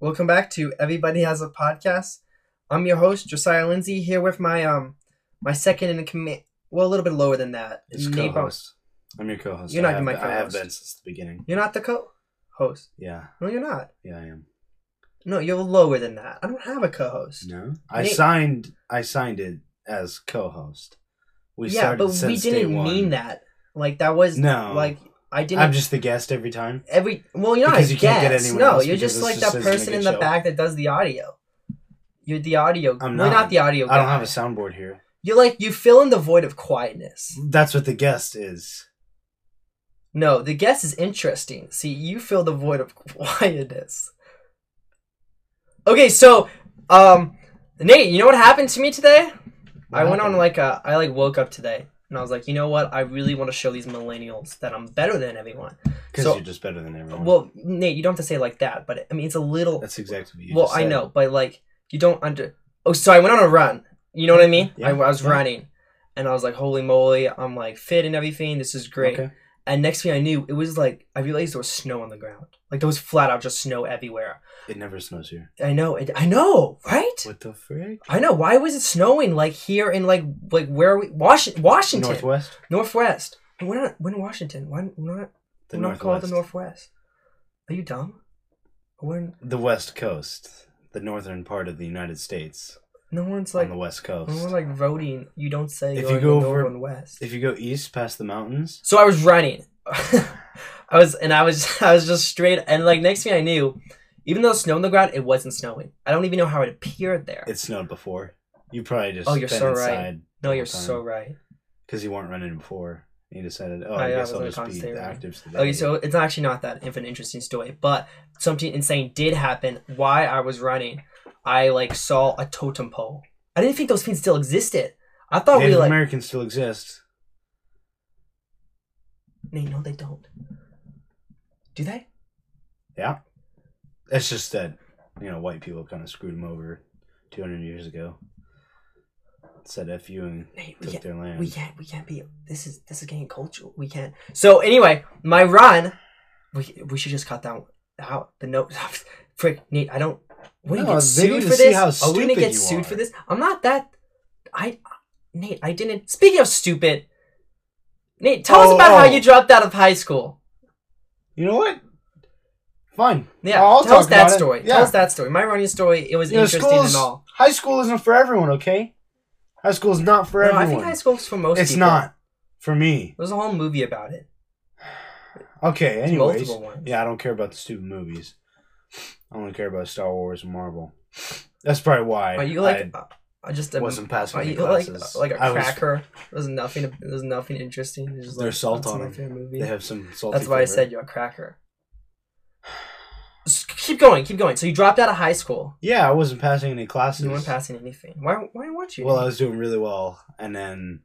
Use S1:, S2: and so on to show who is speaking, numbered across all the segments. S1: Welcome back to Everybody Has a Podcast. I'm your host Josiah Lindsay here with my um my second in command. Well, a little bit lower than that.
S2: It's
S1: Nate Bo-
S2: co-host. I'm your co-host.
S1: You're
S2: I
S1: not
S2: have
S1: my
S2: been- I have
S1: co-host.
S2: been since the beginning.
S1: You're not the co-host.
S2: Yeah,
S1: No, you're not.
S2: yeah, I am.
S1: No, you're lower than that. I don't have a co-host.
S2: No, I
S1: Nate-
S2: signed. I signed it as co-host. We
S1: yeah,
S2: started
S1: but we
S2: since day
S1: didn't
S2: one.
S1: mean that. Like that was
S2: No,
S1: like I didn't.
S2: I'm just the guest every time.
S1: every well, you're not
S2: Because
S1: a
S2: you can't get
S1: guest.
S2: anyone
S1: No,
S2: else
S1: you're
S2: because
S1: just
S2: this
S1: like
S2: just
S1: that
S2: isn't a
S1: person
S2: good
S1: in the
S2: show.
S1: back that does the audio. You're the audio.
S2: I'm
S1: We're not
S2: not.
S1: the audio.
S2: I don't
S1: guy.
S2: have a soundboard here.
S1: You're like you fill in the void of quietness.
S2: That's what the guest is.
S1: No, the guest is interesting. See, you fill the void of quietness. Okay, so um Nate, you know what happened to me today?
S2: What
S1: I went
S2: happened?
S1: on like a I like woke up today and I was like, you know what? I really want to show these millennials that I'm better than everyone.
S2: Because
S1: so-
S2: you're just better than everyone.
S1: Well, Nate, you don't have to say it like that, but I mean it's a little
S2: that's exactly what you.
S1: well,
S2: just
S1: I
S2: said.
S1: know, but like you don't under. Oh, so I went on a run. You know what I mean?
S2: Yeah,
S1: I, I was
S2: yeah.
S1: running, and I was like, "Holy moly!" I'm like fit and everything. This is great.
S2: Okay.
S1: And next thing I knew, it was like I realized there was snow on the ground. Like there was flat out just snow everywhere.
S2: It never snows here.
S1: I know. It, I know, right?
S2: What the frick?
S1: I know. Why was it snowing like here in like like where are we? Washi- Washington,
S2: Northwest.
S1: Northwest. And we're not. We're in Washington. Why we're not?
S2: The
S1: we're not called the
S2: Northwest.
S1: Northwest. Are you dumb? We're in,
S2: the West Coast, the northern part of the United States,
S1: no one's
S2: on
S1: like
S2: the West Coast.
S1: When we're like roading, you don't say
S2: If
S1: you're
S2: you
S1: in
S2: go
S1: the
S2: over-
S1: north and west.
S2: If you go east past the mountains,
S1: So I was running. I was and I was I was just straight and like next thing I knew, even though snow on the ground, it wasn't snowing. I don't even know how it appeared there.
S2: it snowed before. You probably just
S1: Oh, you're
S2: been
S1: so right.
S2: inside
S1: no, you're so right.
S2: because you weren't running before. And you decided, oh,
S1: Oh,
S2: I
S1: yeah, I
S2: guess
S1: wasn't
S2: I'll just be
S1: concentrating.
S2: the active today.
S1: Okay, Oh, so it's actually not that of an interesting story, but something insane did happen while I was running. I like saw a totem pole. I didn't think those things still existed. I thought
S2: Native
S1: we like
S2: Americans still exist.
S1: Nate, no, they don't. Do they?
S2: Yeah, it's just that you know white people kind of screwed them over two hundred years ago. Said "f you" and
S1: Nate, we
S2: took
S1: can't-
S2: their land.
S1: We can't. We can't be. This is this is getting cultural. We can't. So anyway, my run. We we should just cut that out. The note. Frick, Nate. I don't. We're gonna
S2: No,
S1: get
S2: they need
S1: sued
S2: to
S1: for
S2: see
S1: this.
S2: how
S1: Are we gonna
S2: stupid
S1: get
S2: you
S1: sued
S2: are.
S1: for this? I'm not that. I, Nate. I didn't. Speaking of stupid, Nate, tell us
S2: Oh,
S1: about how
S2: oh.
S1: you dropped out of high school.
S2: You know what? Fine.
S1: Yeah,
S2: Oh, I'll
S1: tell us
S2: talk
S1: that
S2: about it.
S1: story.
S2: Yeah.
S1: Tell us that story. My running story. It was
S2: You know,
S1: interesting and
S2: schools-
S1: all.
S2: High school isn't for everyone, okay? High school is not for
S1: No,
S2: everyone.
S1: I think high school's for most.
S2: it's
S1: people.
S2: not for me.
S1: There's a whole movie about it.
S2: Okay, anyways.
S1: multiple ones.
S2: Yeah, I don't care about the stupid movies. I only care about Star Wars and Marvel. That's probably why
S1: Are you like? uh, I just
S2: I
S1: am-
S2: wasn't passing
S1: Are
S2: any
S1: you like
S2: classes.
S1: like a
S2: I was-
S1: cracker? There's nothing. There's nothing interesting. There's just
S2: There's
S1: like,
S2: salt
S1: that's
S2: on
S1: my
S2: them.
S1: favorite movie.
S2: they have some salty.
S1: That's why I
S2: flavor.
S1: said you're a cracker. Just keep going. Keep going. So you dropped out of high school.
S2: Yeah, I wasn't passing any classes.
S1: You weren't passing anything. Why? Why weren't you?
S2: Well, I was doing really well, and then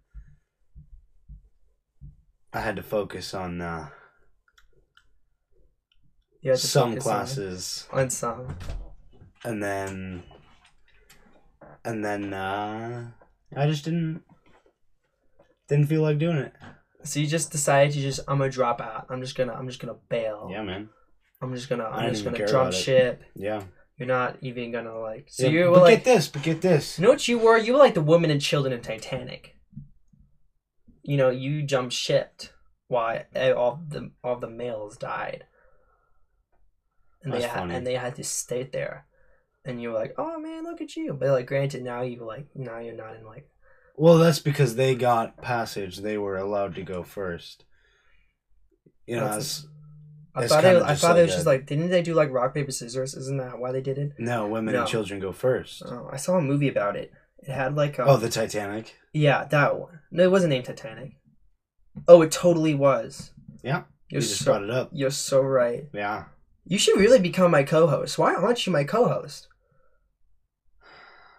S2: I had to focus on uh,
S1: you had to
S2: some
S1: focus on-
S2: classes.
S1: On, some.
S2: and then and then uh i just didn't didn't feel like doing it
S1: So you just decided to just I'm gonna drop out. I'm just gonna I'm just gonna bail.
S2: yeah man
S1: I'm just gonna
S2: I
S1: I'm
S2: didn't
S1: just
S2: even
S1: gonna
S2: care
S1: jump
S2: about it.
S1: ship.
S2: yeah
S1: You're not even gonna like. So
S2: Yeah,
S1: you were
S2: but
S1: like
S2: get this but get this
S1: You know what you were? You were like the woman and children in Titanic. You know, you jumped shipped. Why eh, all the all the males died, and they
S2: That's
S1: had,
S2: funny.
S1: and they had to stay there. And you were like, "Oh man, look at you!" But like, granted, now you like now you're not in like
S2: well that's because they got passage they were allowed to go first you know
S1: That's-
S2: that's-
S1: I
S2: It's
S1: thought it,
S2: kinda
S1: I
S2: just
S1: thought it
S2: like
S1: was just
S2: a-
S1: like didn't they do like rock paper scissors? Isn't that why they did it?
S2: no women
S1: No.
S2: and children go first
S1: Oh, I saw a movie about it. It had like um, a,
S2: oh the titanic
S1: yeah that one. No, it wasn't named Titanic. Oh, it totally was.
S2: Yeah, you
S1: you're
S2: just
S1: so
S2: brought it up
S1: you're so right.
S2: yeah
S1: You should really become my co-host. Why aren't you my co-host?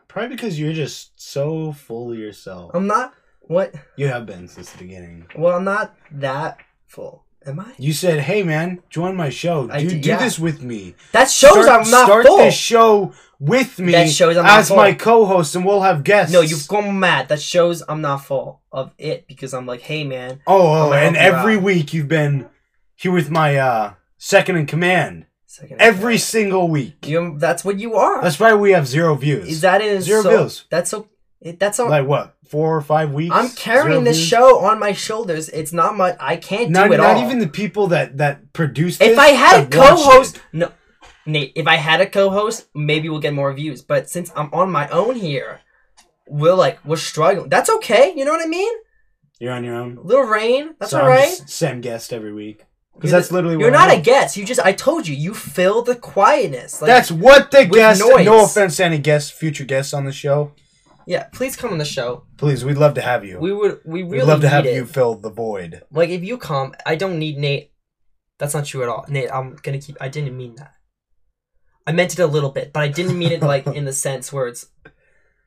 S2: probably because you're just so full of yourself
S1: I'm not what
S2: you have been since the beginning
S1: well, I'm not that full. Am I?
S2: you said hey man join my show
S1: I
S2: do,
S1: did-
S2: do
S1: yeah.
S2: this with me
S1: That shows
S2: start,
S1: I'm not
S2: start
S1: full.
S2: this show with me
S1: That shows I'm not
S2: as
S1: full.
S2: my co-host, and we'll have guests.
S1: no, you've gone mad. That shows I'm not full of it because I'm like, hey man,
S2: Oh,
S1: I'm
S2: oh
S1: gonna
S2: and
S1: help you
S2: every
S1: out.
S2: week you've been here with my uh, second in command.
S1: Second
S2: every
S1: attack.
S2: single week.
S1: you, that's what you are.
S2: That's why we have zero views.
S1: that is
S2: zero
S1: so,
S2: views.
S1: That's so. It, that's all.
S2: like what four or five weeks?
S1: I'm
S2: Zero
S1: carrying this
S2: views?
S1: show on my shoulders. It's not much. I can't
S2: Not,
S1: do it
S2: not
S1: all.
S2: even the people that that produced.
S1: if
S2: this
S1: I had a
S2: have watched
S1: co-host,
S2: it.
S1: no, Nate. If I had a co-host, maybe we'll get more views. But since I'm on my own here, we're like we're struggling. That's okay. You know what I mean?
S2: you're on your own.
S1: Little rain. That's
S2: So
S1: all
S2: I'm
S1: right.
S2: just Same guest every week because
S1: You're
S2: that's
S1: the-
S2: literally what
S1: You're
S2: I
S1: not a
S2: am.
S1: guest. You just I told you you fill the quietness. Like,
S2: that's what the
S1: with
S2: guest.
S1: noise.
S2: No offense to any guests, future guests on the show.
S1: yeah. Please come on the show.
S2: Please, we'd love to have you.
S1: We would we really
S2: would love to
S1: need
S2: have
S1: it.
S2: you fill the void.
S1: Like if you come, I don't need Nate. That's not true at all. Nate, I'm gonna keep. I didn't mean that. I meant it a little bit, but I didn't mean it like in the sense where it's.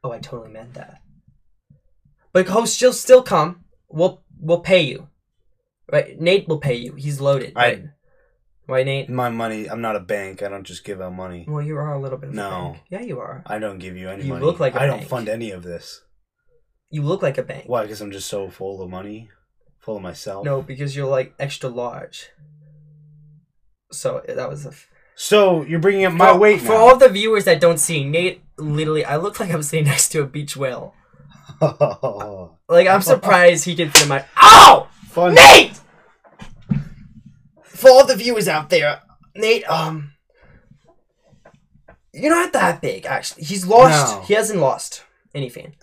S1: Oh, I totally meant that. But host, you'll still come. We'll we'll pay you, right? Nate will pay you. He's loaded.
S2: I-
S1: Right? Right, Nate.
S2: My money. I'm not a bank. I don't just give out money.
S1: Well, you are a little bit. Of a
S2: No.
S1: bank. Yeah, you are.
S2: I don't give you any
S1: You
S2: money.
S1: look like a
S2: I don't
S1: bank.
S2: fund any of this.
S1: You look like a bank.
S2: Why? Because I'm just so full of money, full of myself.
S1: No, because you're like extra large. So that was a. f-
S2: So you're bringing up my
S1: for,
S2: weight
S1: for all the viewers that don't see Nate. Literally, I look like I'm sitting next to a beach whale.
S2: now.
S1: Like I'm surprised he can fit in my. Ow,
S2: Fun.
S1: Nate! For all the viewers out there, Nate, um, you're not that big. Actually, he's lost.
S2: No.
S1: He hasn't lost anything.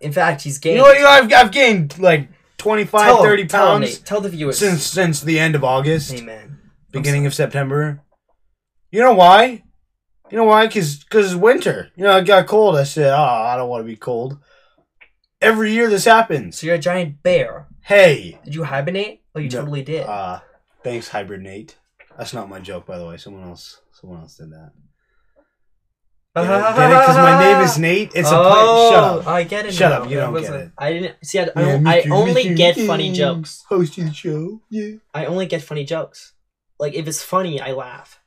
S1: In fact, he's
S2: You
S1: gained.
S2: know what? I've, I've gained like 25,
S1: tell,
S2: 30
S1: tell
S2: pounds
S1: Nate, tell the viewers.
S2: since since the end of August,
S1: Amen.
S2: beginning of September. You know why? You know why? Because it's winter. You know, I got cold. I said, oh, I don't want to be cold. Every year this happens.
S1: So you're a giant bear.
S2: Hey.
S1: Did you hibernate? Oh, you
S2: No.
S1: totally did.
S2: Uh, thanks, Hibernate. That's not my joke, by the way. Someone else someone else did that. Because my name is Nate. It's a play. Shut up.
S1: Oh, I get it.
S2: Shut
S1: now.
S2: up, you don't get
S1: wasn't-
S2: it.
S1: I didn't see. I, I, I only get funny jokes.
S2: Hosting the show. Yeah.
S1: I only get funny jokes. Like if it's funny, I laugh.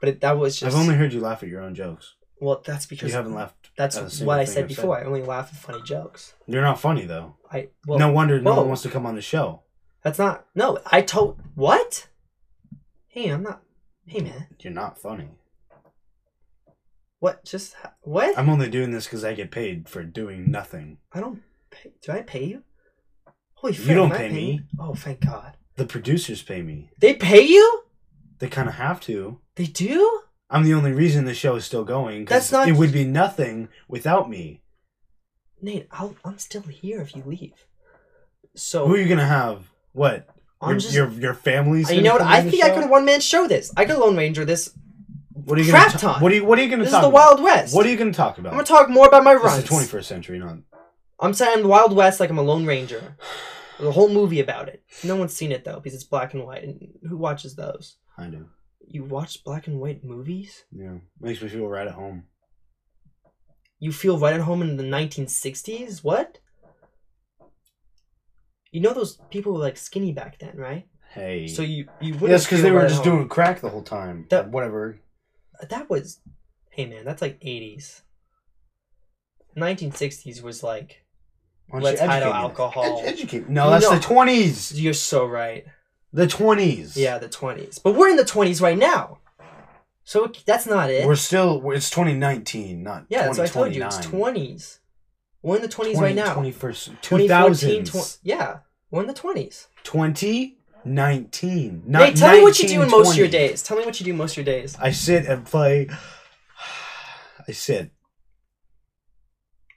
S1: But it, that was just.
S2: I've only heard you laugh at your own jokes.
S1: Well, that's
S2: You
S1: because
S2: haven't laughed. at a
S1: that's
S2: single
S1: what I
S2: thing
S1: said
S2: I've
S1: before. I only laugh at funny jokes.
S2: You're not funny though.
S1: I well,
S2: no wonder no
S1: whoa.
S2: one wants to come on the show.
S1: that's not. No, I told what? Hey, I'm not. Hey, man,
S2: You're not funny.
S1: what? Just ha- what? I'm,
S2: I'm only doing this because I get paid for doing nothing.
S1: I do not Pay, do I pay you? Holy
S2: You
S1: frick,
S2: don't
S1: am I
S2: pay
S1: paying
S2: me.
S1: you? Oh, thank God.
S2: The producers pay me.
S1: They pay you?
S2: They kind of have to.
S1: They do?
S2: I'm the only reason the show is still going. 'cause
S1: That's not-
S2: It would be nothing without me.
S1: Nate, I'll, I'm still here if you leave. So
S2: Who are you gonna have? What?
S1: I'm
S2: your,
S1: just. Uh,
S2: your your family's.
S1: you
S2: gonna
S1: know what?
S2: come on
S1: I
S2: the
S1: think I
S2: show?
S1: could one man show this. I could Lone Ranger this.
S2: What are you
S1: crap
S2: gonna? ta-
S1: ton.
S2: what are you What are you gonna
S1: This is
S2: talk?
S1: the
S2: about?
S1: Wild West.
S2: What are you gonna talk about?
S1: I'm gonna talk more about my
S2: This
S1: runs.
S2: is the 21st century, not
S1: I'm saying Wild West like I'm a Lone Ranger. There's a whole movie about it. No one's seen it though because it's black and white. And who watches those?
S2: I know.
S1: You watch black and white movies?
S2: Yeah, makes me feel right at home.
S1: You feel right at home in the 1960s? What? You know those people were like skinny back then, right?
S2: Hey.
S1: So you you wouldn't
S2: yes, because
S1: feel
S2: they were
S1: right at
S2: just
S1: home.
S2: doing crack the whole time.
S1: That-
S2: or whatever.
S1: that was hey man that's like 80s 1960s was like
S2: Why don't
S1: let's
S2: you
S1: hide our
S2: educate me?
S1: alcohol
S2: Ed- educate. No, that's
S1: No.
S2: the twenties.
S1: you're so right
S2: The twenties.
S1: yeah the 20s but we're in the 20s right now so it- that's not it
S2: We're still. we're- It's 2019, not.
S1: yeah that's what i told you it's
S2: 2029.
S1: 20s we're in the 20s right now
S2: 21st,
S1: 2014
S2: 2000s,
S1: tw- yeah we're in the 20s
S2: 2019. Not
S1: hey tell me what you do in most of your
S2: 1920.
S1: days tell me what you do most of your days
S2: I sit and play. I sit,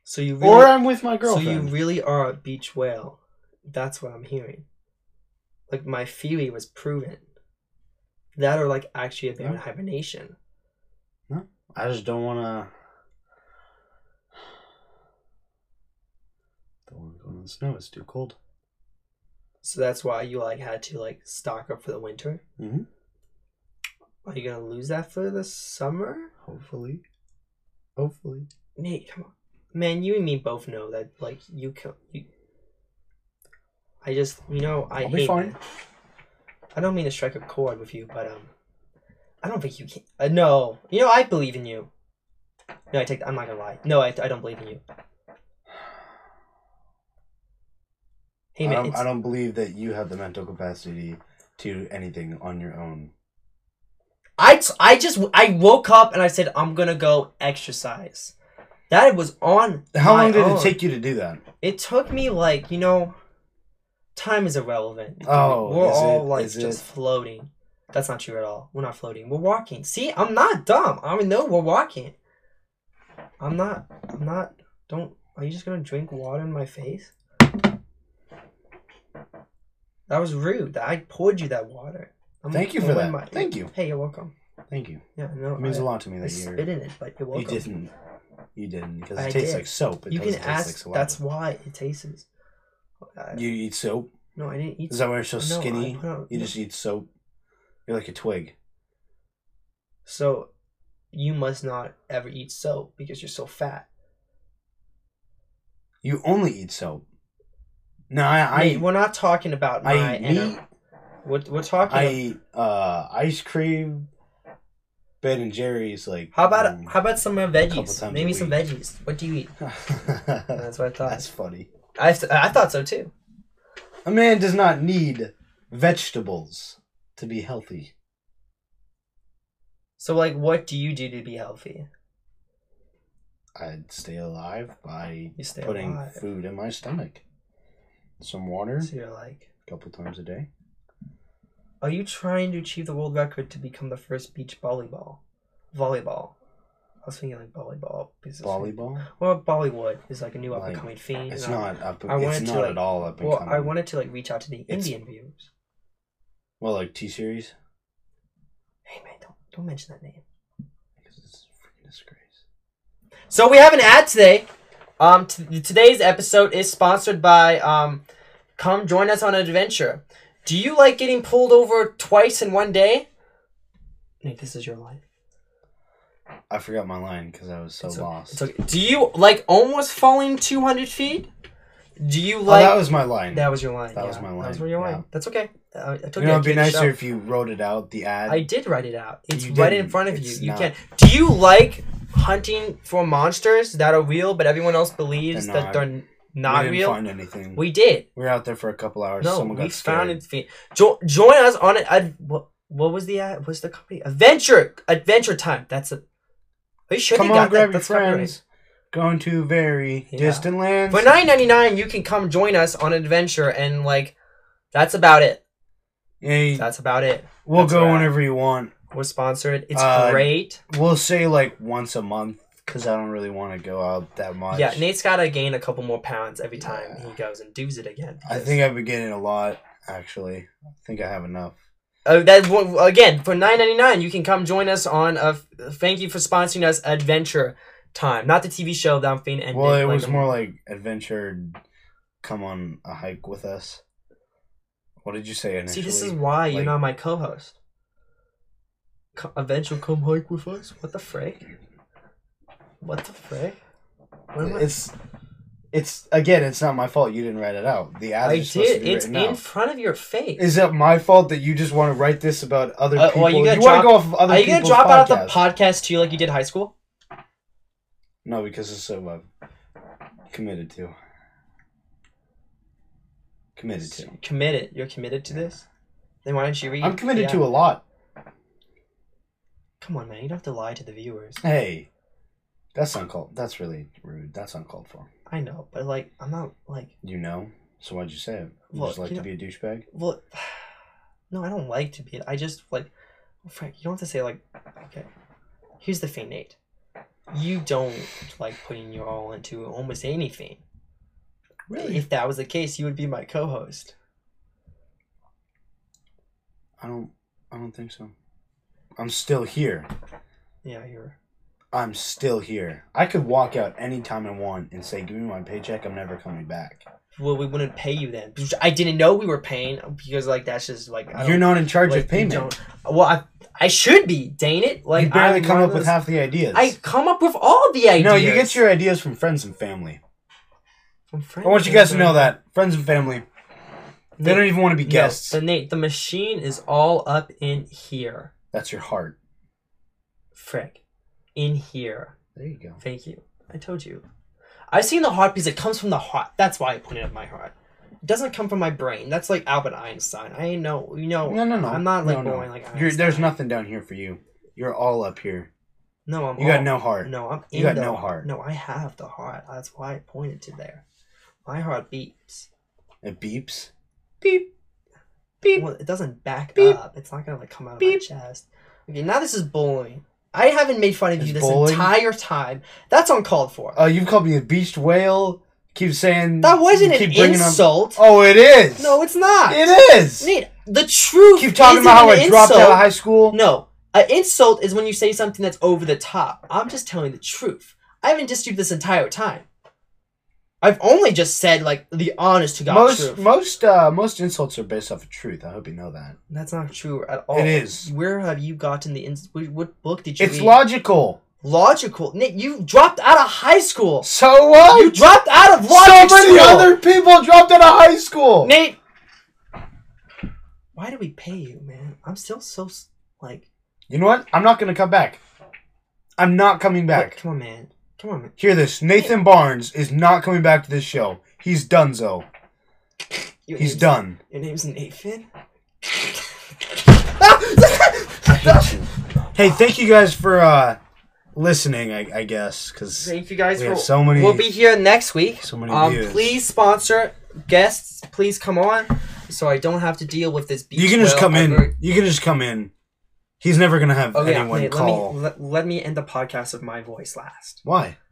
S1: so you
S2: or
S1: really
S2: I'm with my
S1: so you
S2: girlfriend.
S1: really are a beach whale that's what i'm hearing like my theory was proven that or like actually a bear in
S2: Yeah.
S1: hibernation
S2: I just don't want to. Don't want to go in the snow. It's too cold.
S1: So that's why you like had to like stock up for the winter.
S2: Mhm.
S1: Are you gonna lose that for the summer?
S2: Hopefully, hopefully.
S1: Nate, come on, man. You and me both know that like you can. You... I just you know I
S2: I'll be
S1: hate.
S2: fine.
S1: I don't mean to strike a chord with you, but um, I don't think you can. Uh, no, you know I believe in you. No, I take. I'm not gonna lie. No, I, I don't believe in you. Hey
S2: I
S1: man,
S2: don't,
S1: it's-
S2: I don't believe that you have the mental capacity to do anything on your own.
S1: I, t- I just I woke up and I said I'm gonna go exercise. That was on.
S2: How
S1: my
S2: long did
S1: own.
S2: it take you to do that?
S1: It took me like you know, time is irrelevant. dude.
S2: Oh,
S1: we're
S2: is
S1: all
S2: it-
S1: like
S2: is
S1: just floating. That's not true at all. We're not floating. We're walking. See, I'm not dumb. I mean, no, we're walking. I'm not. I'm not. Don't. Are you just gonna drink water in my face? That was rude. I poured you that water. I'm-
S2: Thank you
S1: I'm
S2: for
S1: in
S2: that. Thank you.
S1: Hey, you're welcome.
S2: Thank you.
S1: Yeah, no,
S2: It means
S1: I,
S2: a lot to me
S1: I
S2: that you're.
S1: spit in it, but you're welcome.
S2: You didn't. You didn't because it
S1: I
S2: tastes
S1: did.
S2: like soap. It
S1: You can
S2: doesn't taste
S1: ask.
S2: like saliva.
S1: that's why it tastes. I-
S2: You eat soap.
S1: no, I didn't eat.
S2: Is that why you're so
S1: no, I
S2: skinny?
S1: put on-
S2: You just eat soap. You're like a twig.
S1: So, you must not ever eat soap because you're so fat.
S2: You only eat soap. No, I I
S1: Nate,
S2: eat,
S1: we're not talking about my.
S2: I eat
S1: ener-
S2: meat.
S1: We're, we're talking.
S2: I
S1: ab-
S2: eat uh, ice cream. Ben and Jerry's like.
S1: how about
S2: um,
S1: how about some uh,
S2: couple
S1: veggies?
S2: times
S1: Maybe
S2: a
S1: some
S2: week.
S1: veggies. What do you eat? That's what I
S2: That's
S1: thought.
S2: funny.
S1: I, I thought so too.
S2: A man does not need vegetables to be healthy.
S1: So like, what do you do to be healthy?
S2: I'd stay alive by
S1: You stay
S2: putting
S1: alive.
S2: food in my stomach. Some water
S1: So you're like,
S2: a couple times a day.
S1: are you trying to achieve the world record to become the first beach volleyball? Volleyball. I was thinking like volleyball. because it's-
S2: Volleyball?
S1: Well, Bollywood is like a new up and
S2: Like,
S1: coming thing.
S2: It's
S1: and I-
S2: not up
S1: I wanted
S2: it's
S1: to,
S2: not
S1: like-
S2: at all up and
S1: Well,
S2: coming.
S1: I wanted to like reach out to the
S2: It's-
S1: Indian viewers.
S2: Well, like T series?
S1: Hey man, don't don't mention that name.
S2: Because it's a freaking disgrace.
S1: So we have an ad today. Um, t- today's episode is sponsored by um, come join us on an adventure. Do you like getting pulled over twice in one day? Nate, this is your life.
S2: I forgot my line because I was so
S1: It's okay.
S2: lost.
S1: It's okay. Do you like almost falling two hundred feet? Do you
S2: Oh,
S1: like?
S2: that was my line.
S1: that was your line.
S2: that was
S1: yeah.
S2: my
S1: That
S2: line,
S1: was your line.
S2: yeah.
S1: That's okay. Uh, I took
S2: you know, it'd be
S1: nicer.
S2: nicer if you wrote it out, the ad.
S1: I did write it out. It's
S2: You
S1: right in
S2: didn't.
S1: front of
S2: It's
S1: you. You
S2: not.
S1: can. Do you like hunting for monsters that are real, but everyone else believes
S2: They're
S1: that
S2: not.
S1: they're n-
S2: we
S1: not
S2: didn't
S1: real?
S2: find anything. We,
S1: we did.
S2: were out there for a couple hours.
S1: No,
S2: Someone got
S1: we found
S2: scared.
S1: it. fe- Jo- join us on it. Ad- what, what was the ad? What's the company? Adventure. Adventure Time. That's a. Are you sure
S2: Come
S1: they got
S2: on, grab
S1: that?
S2: your
S1: That's copyrighted.
S2: friends. Going to very
S1: Yeah.
S2: distant lands.
S1: For nine ninety nine, you can come join us on an adventure, and like, that's about it.
S2: Hey,
S1: That's about it.
S2: we'll
S1: that's
S2: go
S1: rad.
S2: whenever you want.
S1: We're sponsored. It's
S2: Uh,
S1: great.
S2: We'll say like once a month because I don't really want to go out that much.
S1: Yeah, Nate's gotta gain a couple more pounds every time he goes and does it again.
S2: I
S1: because-
S2: think I've been getting a lot actually. I think I have enough.
S1: Uh, that one- again for nine ninety nine, you can come join us on a. f- Thank you for sponsoring us, Adventure Time, not the TV show that I'm feeling. ended,
S2: well, it
S1: like,
S2: was
S1: um,
S2: more like adventure. Come on a hike with us. What did you say
S1: See,
S2: initially?
S1: this is why you're
S2: like-
S1: not my co-host. Co- Adventure, come hike with us. What the frick? What the frick? What am I-
S2: It's it's again. It's not my fault. You didn't write it out. The ad
S1: I
S2: is supposed to
S1: did.
S2: be
S1: It's
S2: written
S1: in
S2: out.
S1: front of your face.
S2: Is it my fault that you just want to write this about other
S1: Uh,
S2: people?
S1: well, you
S2: you
S1: gotta
S2: want
S1: drop-
S2: to go off of other
S1: Are you gonna
S2: people's
S1: drop out
S2: podcasts.
S1: of the podcast too, like you did high school?
S2: No, because it's so uh, committed to. Committed to.
S1: Committed. You're committed to this. Then why don't you read?
S2: I'm committed
S1: Yeah.
S2: to a lot.
S1: Come on, man. You don't have to lie to the viewers.
S2: Hey, that's uncalled. That's really rude. That's uncalled for.
S1: I know, but like, I'm not like.
S2: You know. So why'd you say it? You
S1: Look,
S2: just like
S1: you
S2: to be a douchebag.
S1: Well, no, I don't like to be. I just like, Frank. You don't have to say like. Okay, here's the thing, Nate. You don't like putting your all into almost anything. If that was the case, you would be my co-host.
S2: I don't. I don't think so. I'm still here.
S1: Yeah, you're.
S2: I'm still here. I could walk out anytime I want and say, "Give me my paycheck. I'm never coming back."
S1: Well, we wouldn't pay you then. I didn't know we were paying because like that's just like I don't,
S2: You're not in charge
S1: like,
S2: of
S1: you
S2: payment. You,
S1: don't- Well, I I should be. Dang it! Like
S2: barely
S1: I'm
S2: come
S1: one
S2: up
S1: of
S2: with
S1: those-
S2: half the ideas.
S1: I come up with all the ideas.
S2: No, you get your ideas from friends and family.
S1: From
S2: I want you
S1: friends
S2: guys to know
S1: and-
S2: that friends and family. They
S1: Nate,
S2: don't even want to be
S1: no,
S2: guests.
S1: but Nate, the machine is all up in here.
S2: That's your heart.
S1: Frick. In here.
S2: There you go.
S1: Thank you. I told you. I've seen the heart because it comes from the heart. That's why I pointed at my heart. It doesn't come from my brain. That's like Albert Einstein. I know, you know.
S2: No, no, no.
S1: I'm not like
S2: no, no.
S1: going like
S2: You're,
S1: Einstein.
S2: there's nothing down here for you. You're all up here.
S1: No, I'm
S2: You got
S1: all-
S2: no heart.
S1: No, I'm
S2: You
S1: in
S2: got
S1: the
S2: no heart.
S1: heart. No, I have the heart. That's why I pointed to there. My heart beeps.
S2: It beeps.
S1: Beep.
S2: Beep.
S1: Well, it doesn't back
S2: Beep.
S1: up. It's not gonna like come out of
S2: Beep.
S1: my chest. Okay, now this is bullying. I haven't made fun of
S2: It's
S1: you this
S2: bullying?
S1: entire time. That's uncalled for.
S2: Oh, you've called me a beached whale. Keep saying
S1: that wasn't an
S2: you keep bringing up-
S1: insult.
S2: Oh, it is.
S1: No, it's not.
S2: it is.
S1: Nate, the truth.
S2: Keep talking
S1: isn't
S2: about how
S1: an
S2: I dropped out
S1: insult.
S2: of high school.
S1: No, an insult is when you say something that's over the top. I'm just telling the truth. I haven't dissed you this entire time. I've only just said like the honest to God
S2: most
S1: truth.
S2: most uh, most insults are based off of truth. I hope you know that.
S1: That's not true at all.
S2: It is.
S1: Where have you gotten the ins? wh- What book did you
S2: It's
S1: read?
S2: logical.
S1: logical. Nick, you dropped out of high school.
S2: So what?
S1: You dropped out of
S2: so
S1: logic
S2: many
S1: school.
S2: other people dropped out of high school.
S1: Nate, why do we pay you, man? I'm still so s- like.
S2: You know what? I'm not gonna come back. I'm not coming back.
S1: Come on, man. Come on, man.
S2: Hear this. Nathan Barnes is not coming back to this show. He's donezo.
S1: Your
S2: He's
S1: name's-
S2: done.
S1: Your name's Nathan.
S2: Hey, thank you guys for uh listening, I, I guess, because
S1: Thank you guys
S2: we
S1: for
S2: have so many.
S1: We'll be here next week.
S2: So many
S1: um,
S2: views.
S1: please sponsor guests. Please come on, so I don't have to deal with this. Beach
S2: you can just
S1: whale
S2: come in.
S1: ever.
S2: You can just come in. He's never gonna have
S1: Okay,
S2: anyone
S1: wait, Oh, let
S2: call.
S1: me let, let me end the podcast with my voice last.
S2: Why?